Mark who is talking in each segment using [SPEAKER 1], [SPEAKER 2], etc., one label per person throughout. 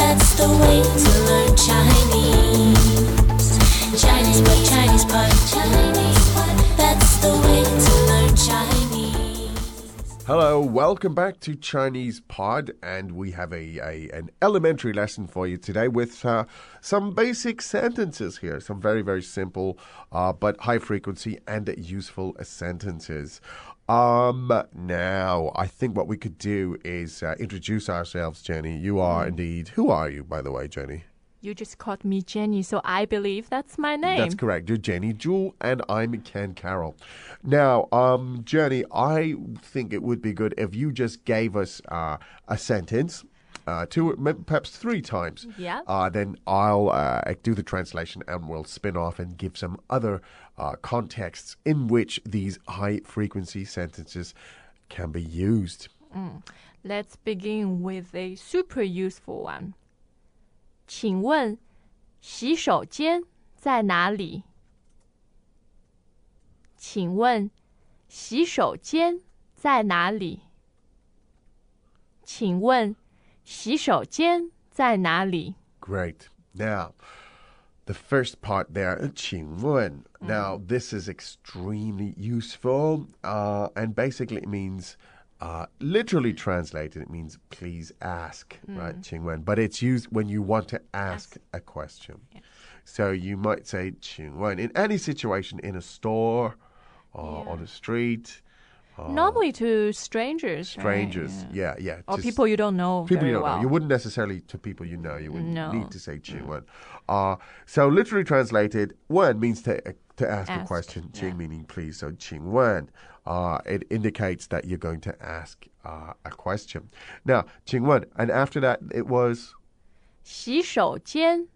[SPEAKER 1] way to learn Chinese. Chinese pot, Chinese pot, Chinese pot. That's the way to learn Chinese.
[SPEAKER 2] Hello, welcome back to Chinese Pod, and we have a, a an elementary lesson for you today with uh, some basic sentences here, some very very simple uh, but high frequency and useful sentences. Um, now I think what we could do is uh, introduce ourselves, Jenny. You are indeed. Who are you, by the way, Jenny?
[SPEAKER 3] You just called me Jenny, so I believe that's my name.
[SPEAKER 2] That's correct. You're Jenny Jewell, and I'm Ken Carroll. Now, um, Jenny, I think it would be good if you just gave us uh, a sentence. Uh, two, m- perhaps three times.
[SPEAKER 3] Yeah.
[SPEAKER 2] Uh, then I'll uh, do the translation and we'll spin off and give some other uh, contexts in which these high frequency sentences can be used.
[SPEAKER 3] Let's begin with a super useful one. 请问洗手间在哪里？请问洗手间在哪里？请问洗手间在哪里？
[SPEAKER 2] Great. Now, the first part there, 请问. Now, this is extremely useful uh, and basically it means, uh, literally translated, it means please ask, right? 请问. But it's used when you want to ask a question. So you might say 请问 in any situation, in a store or on a street,
[SPEAKER 3] Normally to strangers, right?
[SPEAKER 2] Oh. strangers. Yeah, yeah.
[SPEAKER 3] or
[SPEAKER 2] just-
[SPEAKER 3] people you don't know.
[SPEAKER 2] people
[SPEAKER 3] very
[SPEAKER 2] you don't
[SPEAKER 3] well.
[SPEAKER 2] know. You wouldn't necessarily to people you know. You would
[SPEAKER 3] No. Mm.
[SPEAKER 2] need to say Qing Wen. Uh, so literally translated, Wen means to to ask, a
[SPEAKER 3] Ask,
[SPEAKER 2] question.
[SPEAKER 3] yeah.
[SPEAKER 2] Qing meaning please. So Qing Wen. Uh, it indicates that you're going to ask uh, a question. Now, Qing Wen, and after that it was
[SPEAKER 3] 洗手间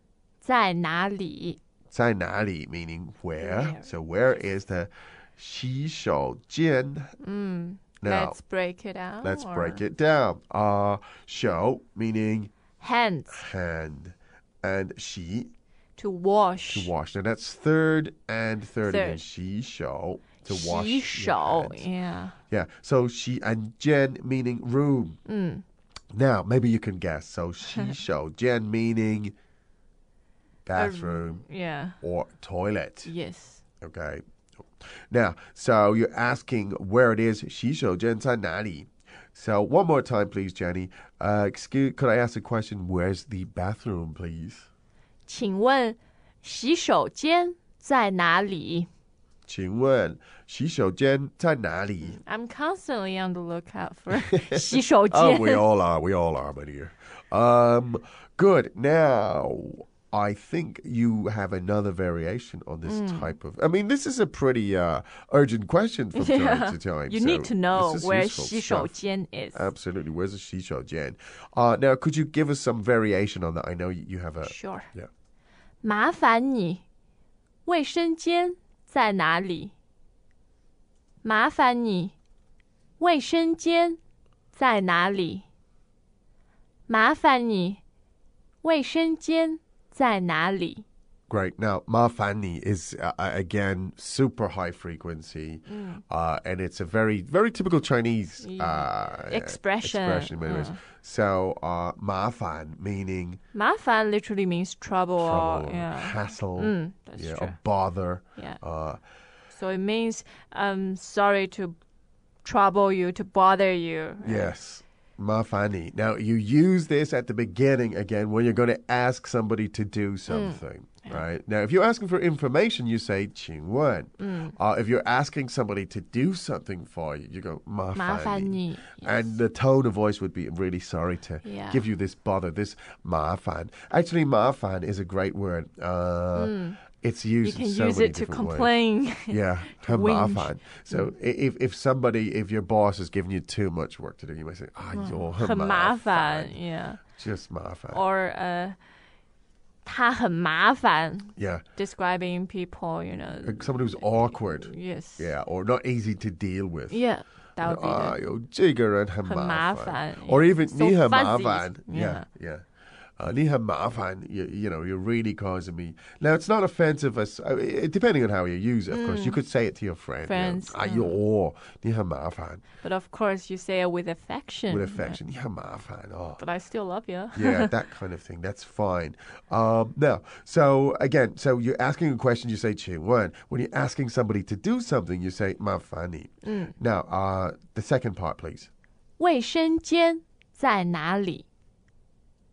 [SPEAKER 3] 在哪里？
[SPEAKER 2] 在哪里meaning where.
[SPEAKER 3] Where.
[SPEAKER 2] So where is the 洗手间? Now
[SPEAKER 3] Mm. Let's break it out.
[SPEAKER 2] let's break
[SPEAKER 3] or-
[SPEAKER 2] it down. Uh, 手 meaning
[SPEAKER 3] Hands
[SPEAKER 2] hand, and 洗
[SPEAKER 3] to wash.
[SPEAKER 2] to wash. Now that's third and third, again.
[SPEAKER 3] Third.
[SPEAKER 2] She shou to wash. your
[SPEAKER 3] 洗手,
[SPEAKER 2] hands.
[SPEAKER 3] yeah.
[SPEAKER 2] Yeah. So she and Jen meaning room. Now maybe you can guess. So she shou Jen meaning bathroom
[SPEAKER 3] Yeah.
[SPEAKER 2] or toilet.
[SPEAKER 3] Yes.
[SPEAKER 2] Okay. Now, so you're asking where it is. 洗手间在哪里? So one more time, please, Jenny. Uh, excuse, could I ask a question? Where's the bathroom, please?
[SPEAKER 3] 请问洗手间在哪里?
[SPEAKER 2] 请问洗手间在哪里?
[SPEAKER 3] I'm constantly on the lookout for
[SPEAKER 2] Oh,
[SPEAKER 3] 洗手间.
[SPEAKER 2] we all are. We all are, my dear. Um, good. Now, I think you have another variation on this
[SPEAKER 3] Mm.
[SPEAKER 2] type of. I mean, this is a pretty uh, urgent question from time to time.
[SPEAKER 3] you
[SPEAKER 2] so
[SPEAKER 3] need to know
[SPEAKER 2] this is
[SPEAKER 3] where
[SPEAKER 2] useful stuff.
[SPEAKER 3] 洗手间 is.
[SPEAKER 2] Absolutely. Where's the shisho jen? Uh, now, could you give us some variation on that? I know you you have a.
[SPEAKER 3] Sure.
[SPEAKER 2] Yeah.
[SPEAKER 3] 麻烦你，卫生间在哪里？麻烦你，卫生间在哪里？麻烦你，卫生间在哪里？
[SPEAKER 2] Great. Now, Mafani is uh, uh, again super high frequency,
[SPEAKER 3] Mm.
[SPEAKER 2] uh, and it's a very, very typical Chinese uh,
[SPEAKER 3] Expression. Mm.
[SPEAKER 2] Expression, in many ways. So, uh, Mafan meaning
[SPEAKER 3] 麻烦 literally means trouble,
[SPEAKER 2] trouble,
[SPEAKER 3] or yeah, Mm,
[SPEAKER 2] hassle,
[SPEAKER 3] that's
[SPEAKER 2] yeah,
[SPEAKER 3] true.
[SPEAKER 2] or bother.
[SPEAKER 3] yeah.
[SPEAKER 2] Uh,
[SPEAKER 3] So it means um sorry to trouble you, to bother you.
[SPEAKER 2] yes. Mafani. Now, you use this at the beginning again when you're going to ask somebody to do
[SPEAKER 3] Mm.
[SPEAKER 2] something, right? Now, if you're asking for information, you say 请问.
[SPEAKER 3] Mm.
[SPEAKER 2] Uh, if you're asking somebody to do something for you, you go 麻烦你.
[SPEAKER 3] 麻烦你.
[SPEAKER 2] And the tone of voice would be "I'm really sorry to
[SPEAKER 3] Yeah.
[SPEAKER 2] give you this bother, this mafan. Actually, mafan is a great word. Uh, It's
[SPEAKER 3] Mm. You
[SPEAKER 2] used
[SPEAKER 3] can
[SPEAKER 2] in so
[SPEAKER 3] use
[SPEAKER 2] many
[SPEAKER 3] it to
[SPEAKER 2] different ways.
[SPEAKER 3] complain.
[SPEAKER 2] Yeah, to
[SPEAKER 3] whinge.
[SPEAKER 2] mafan. So i if, if somebody, if your boss is giving you too much work to do, you might say, ah, you're
[SPEAKER 3] 很麻烦, yeah.
[SPEAKER 2] Just mafan.
[SPEAKER 3] Or uh 他很麻烦,
[SPEAKER 2] yeah,
[SPEAKER 3] describing people, you know.
[SPEAKER 2] like somebody who's awkward.
[SPEAKER 3] Yes.
[SPEAKER 2] Yeah, or not easy to deal with. Ah,
[SPEAKER 3] Yeah. That would be the-
[SPEAKER 2] 哎呦，这个人很麻
[SPEAKER 3] 很麻
[SPEAKER 2] 烦
[SPEAKER 3] 烦
[SPEAKER 2] ，or even
[SPEAKER 3] So
[SPEAKER 2] 你很麻烦
[SPEAKER 3] fuzzy，yeah
[SPEAKER 2] yeah. Uh, 你很麻烦, you, you know, you're really causing me. Now, it's not offensive, as, uh, it- depending on how you use it, of course. You could say it to your friend.
[SPEAKER 3] Mm. Friends,
[SPEAKER 2] You "Ah, know, "아요, 你很麻烦,"
[SPEAKER 3] But of course, you say it with affection.
[SPEAKER 2] with affection. 你很麻烦, oh.
[SPEAKER 3] But I still love you.
[SPEAKER 2] yeah, that kind of thing. That's fine. Um, now, so again, so you're asking a question, you say "请问." When you're asking somebody to do something, you say "麻烦你."
[SPEAKER 3] Mm.
[SPEAKER 2] Now, uh, the second part, please.
[SPEAKER 3] 卫生间在哪里？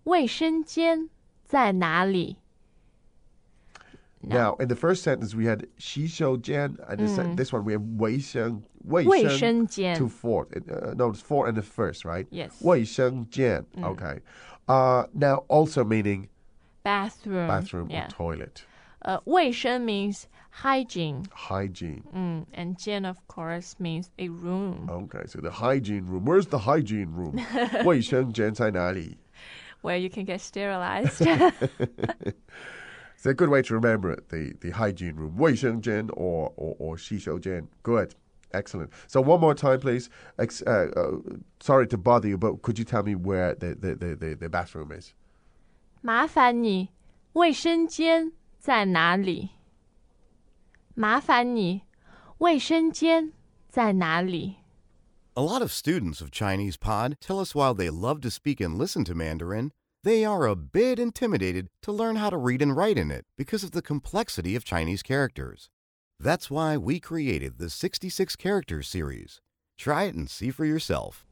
[SPEAKER 3] 卫生间在哪里？
[SPEAKER 2] Now, in the first sentence, we had "洗手间," and the
[SPEAKER 3] Mm.
[SPEAKER 2] se- this one we have "卫生,"
[SPEAKER 3] 卫
[SPEAKER 2] "卫生," two
[SPEAKER 3] 生间
[SPEAKER 2] four. Uh, no, it's four and the first, right?
[SPEAKER 3] Yes. Mm.
[SPEAKER 2] 卫生间. Okay. Uh, now, also meaning
[SPEAKER 3] bathroom
[SPEAKER 2] bathroom or
[SPEAKER 3] Mm. yeah.
[SPEAKER 2] toilet,
[SPEAKER 3] 呃，卫生 means hygiene.
[SPEAKER 2] hygiene.
[SPEAKER 3] 嗯，and 间 of course means a room.
[SPEAKER 2] Okay, so the hygiene room. Where's the hygiene room? 卫生间在哪里?
[SPEAKER 3] where you can get sterilized.
[SPEAKER 2] It's a good way to remember it. The the hygiene room, 卫生间 or or or 洗手间. Good, excellent. So one more time, please. Ex- uh, uh, sorry to bother you, but could you tell me where the the, the, the, the bathroom is?
[SPEAKER 3] 麻烦你，卫生间在哪里？麻烦你，卫生间在哪里？
[SPEAKER 4] A lot of students of Chinese Pod tell us while they love to speak and listen to Mandarin, they are a bit intimidated to learn how to read and write in it because of the complexity of Chinese characters. That's why we created the 66 characters series. Try it and see for yourself.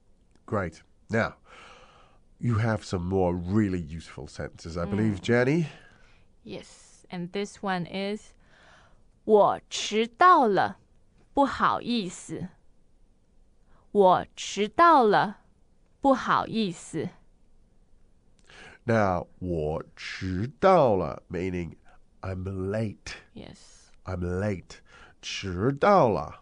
[SPEAKER 2] Great. Now, you have some more really useful sentences, I believe, Jenny.
[SPEAKER 3] Yes, and this one is 我迟到了，不好意思。我迟到了，不好意思。
[SPEAKER 2] Now, 我迟到了, meaning I'm late.
[SPEAKER 3] Yes,
[SPEAKER 2] I'm late. 迟到了.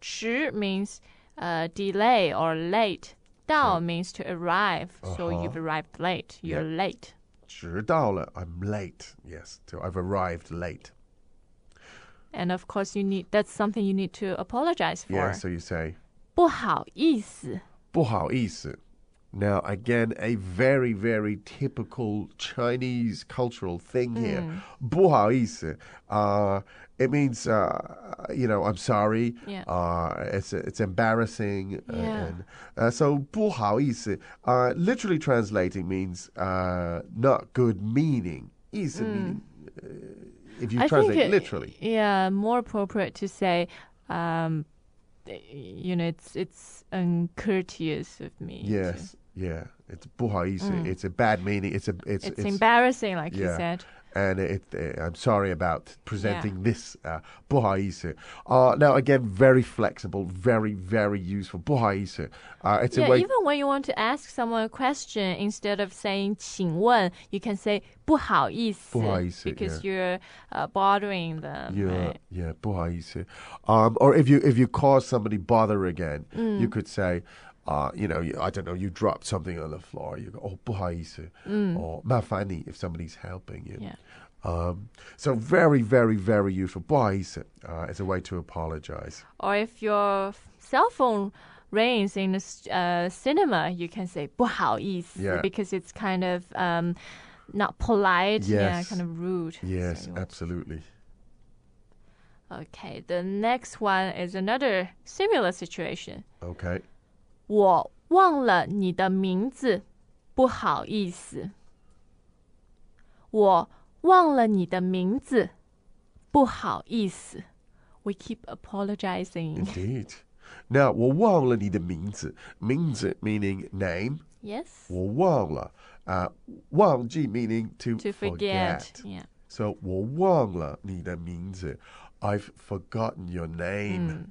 [SPEAKER 3] 迟 means uh, delay or late. 到 means to arrive, so you've arrived late. You're late.
[SPEAKER 2] 迟到了. I'm late. Yes, so I've arrived late.
[SPEAKER 3] And of course, you need that's something you need to apologize for.
[SPEAKER 2] Yeah, so you say
[SPEAKER 3] 不好意思。
[SPEAKER 2] 不好意思. Now, again, a very, very typical Chinese cultural thing
[SPEAKER 3] Hmm.
[SPEAKER 2] here. 不好意思. Uh, it means, uh, you know, I'm sorry.
[SPEAKER 3] Yeah.
[SPEAKER 2] Uh, it's it's embarrassing. uh,
[SPEAKER 3] Yeah.
[SPEAKER 2] and, uh, so 不好意思, uh, literally translating means uh, not good meaning. 意思 meaning, uh, if you
[SPEAKER 3] Hmm. I
[SPEAKER 2] translate
[SPEAKER 3] think it-
[SPEAKER 2] literally.
[SPEAKER 3] Yeah, more appropriate to say, um, you know, it's it's uncourteous of me. to-
[SPEAKER 2] Yes. Yeah. It's 不好意思. It's a bad meaning. It's a it's
[SPEAKER 3] Mm. it's, embarrassing, like you
[SPEAKER 2] yeah.
[SPEAKER 3] said.
[SPEAKER 2] And it, uh, I'm sorry about presenting this. Uh, 不好意思. Uh, now, again, very flexible, very, very useful. 不好意思. Uh, it's
[SPEAKER 3] Yeah,
[SPEAKER 2] a way.
[SPEAKER 3] even when you want to ask someone a question, instead of saying 请问, you can say 不好意思,
[SPEAKER 2] 不好意思,
[SPEAKER 3] because you're uh, bothering them.
[SPEAKER 2] yeah,
[SPEAKER 3] right?
[SPEAKER 2] yeah, 不好意思. Um, or if you if you cause somebody bother again, you
[SPEAKER 3] Mm.
[SPEAKER 2] could say, uh, you know, you, I don't know, you dropped something on the floor. You go, oh, 不好意思, or 麻烦你 if somebody's helping you.
[SPEAKER 3] Mm. Yeah.
[SPEAKER 2] Um, so very, very, very useful. 不好意思 uh, is a way to apologize.
[SPEAKER 3] Or if your f- cell phone rings in a s- uh, cinema, you can say 不好意思,
[SPEAKER 2] Yeah.
[SPEAKER 3] because it's kind of um, not polite, yeah,
[SPEAKER 2] Yes.
[SPEAKER 3] kind of rude. So
[SPEAKER 2] Yes,
[SPEAKER 3] you-
[SPEAKER 2] absolutely.
[SPEAKER 3] okay, the next one is another similar situation.
[SPEAKER 2] Okay.
[SPEAKER 3] 我忘了你的名字，不好意思。我忘了你的名字，不好意思。We keep apologizing.
[SPEAKER 2] Indeed. Now, 我忘了你的名字.名字 meaning name.
[SPEAKER 3] Yes.
[SPEAKER 2] 我忘了. Uh, 忘记 meaning to,
[SPEAKER 3] To forget. Yeah.
[SPEAKER 2] So, 我忘了你的名字. I've forgotten your name.
[SPEAKER 3] Hmm.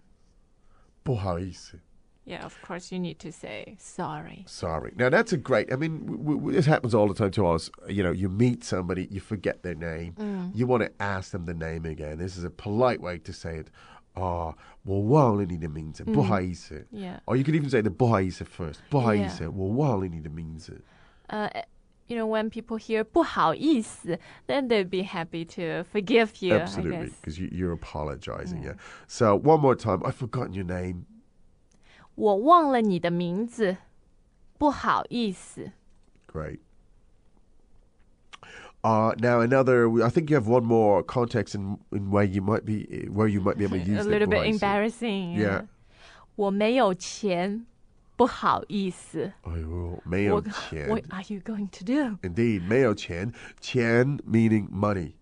[SPEAKER 2] 不好意思.
[SPEAKER 3] Yeah, of course you need to say sorry.
[SPEAKER 2] Sorry. Now that's a great. I mean, w- w- w- this happens all the time to us. You know, you meet somebody, you forget their name,
[SPEAKER 3] Hmm.
[SPEAKER 2] you want to ask them the name again. This is a polite way to say it. Ah, well, well, need means it. Mm.
[SPEAKER 3] Hmm. Yeah.
[SPEAKER 2] Or you could even say the bohaise first. Bohaise. Well, well, need means it.
[SPEAKER 3] Uh, you know, when people hear 不好意思, then they'd be happy to forgive you. I
[SPEAKER 2] Absolutely,
[SPEAKER 3] guess. Hmm.
[SPEAKER 2] because you, you're apologizing. Yeah. So one more time, I've forgotten your name.
[SPEAKER 3] 我忘了你的名字，不好意思。
[SPEAKER 2] Great. Uh, now another, I think you have one more context in, in where you might be where you might be able to use
[SPEAKER 3] a
[SPEAKER 2] that
[SPEAKER 3] little bit
[SPEAKER 2] more, I see.
[SPEAKER 3] embarrassing.
[SPEAKER 2] Yeah.
[SPEAKER 3] 我没有钱，不好意思。
[SPEAKER 2] Oh,
[SPEAKER 3] 我
[SPEAKER 2] 没有钱.
[SPEAKER 3] What are you going to do?
[SPEAKER 2] Indeed, 没有钱. Qian meaning money.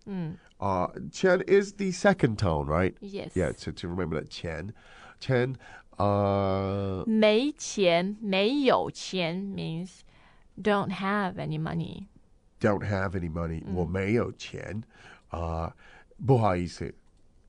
[SPEAKER 2] Uh, qian is the second tone, right?
[SPEAKER 3] Hmm. Yes.
[SPEAKER 2] Yeah, so to remember that qian. Qian, uh,
[SPEAKER 3] 没钱，没有钱 means don't have any money.
[SPEAKER 2] don't have any money.
[SPEAKER 3] Hmm.
[SPEAKER 2] 我没有钱. Uh, 不好意思.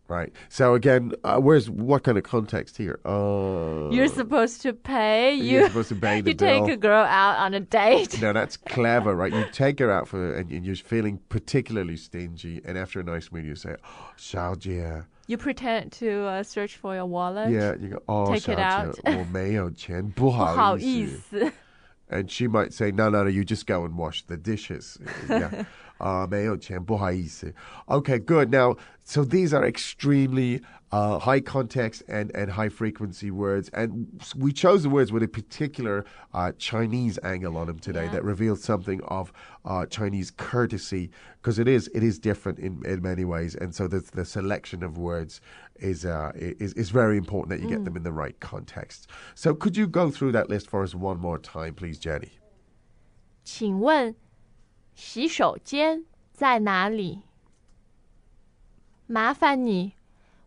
[SPEAKER 2] Right. So again, uh, where's what kind of context here? Uh,
[SPEAKER 3] You're supposed to pay.
[SPEAKER 2] You're
[SPEAKER 3] you-
[SPEAKER 2] supposed to pay the
[SPEAKER 3] You take
[SPEAKER 2] bill.
[SPEAKER 3] a girl out on a date.
[SPEAKER 2] Now that's clever, right? You take her out for, and, and you're feeling particularly stingy, and after a nice meal, you say, oh, 小姐,"
[SPEAKER 3] You pretend to uh, search for your wallet.
[SPEAKER 2] Yeah, you go, oh,
[SPEAKER 3] Take it out."
[SPEAKER 2] 我没有钱,不好意思."
[SPEAKER 3] 不好意思。
[SPEAKER 2] And she might say, no, no, no, you just go and wash the dishes. Yeah. uh, 没有钱,不好意思. Okay, good. Now, so these are extremely uh, high context and, and high frequency words. And s- we chose the words with a particular uh, Chinese angle on them today that reveals something of uh, Chinese courtesy because it is it is different in, in many ways. And so the, the selection of words is, uh, i- is, is very important that you get them in the right context. So could you go through that list for us one more time, please, Jenny?
[SPEAKER 3] 请问洗手间在哪里？麻烦你，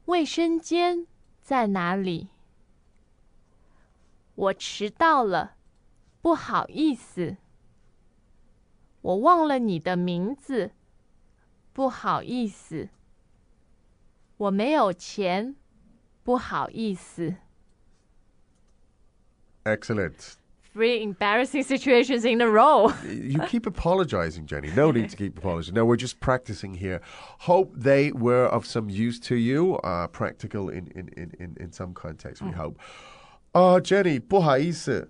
[SPEAKER 3] 卫生间在哪里？我迟到了，不好意思。我忘了你的名字，不好意思。我没有钱，不好意思。
[SPEAKER 2] Excellent.
[SPEAKER 3] Three embarrassing situations in a row.
[SPEAKER 2] You keep apologizing, Jenny. No need to keep apologizing. No, we're just practicing here. Hope they were of some use to you, uh, practical in, in, in, in, in some context, we hope. Uh, Jenny, 不好意思，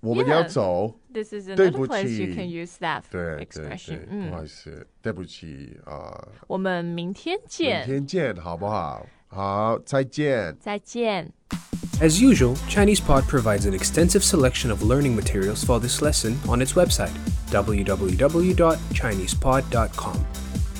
[SPEAKER 2] 我们要走。
[SPEAKER 3] This is
[SPEAKER 2] 对
[SPEAKER 3] another
[SPEAKER 2] 不
[SPEAKER 3] place you can
[SPEAKER 2] 起，
[SPEAKER 3] use that
[SPEAKER 2] 对对
[SPEAKER 3] expression.
[SPEAKER 2] 对，不好意思，对不起啊，
[SPEAKER 3] 我们明天
[SPEAKER 2] 明
[SPEAKER 3] 见，
[SPEAKER 2] 天见，好不好？好，再见。
[SPEAKER 3] 再见。
[SPEAKER 5] As usual, ChinesePod provides an extensive selection of learning materials for this lesson on its website, www.chinesepod.com.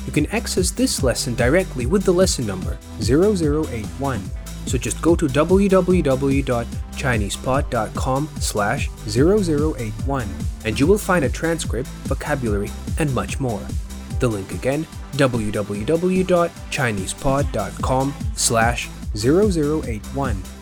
[SPEAKER 5] You can access this lesson directly with the lesson number 0081. So just go to www.chinesepod.com slash 0081 and you will find a transcript, vocabulary, and much more. The link again, www.chinesepod.com slash 0081.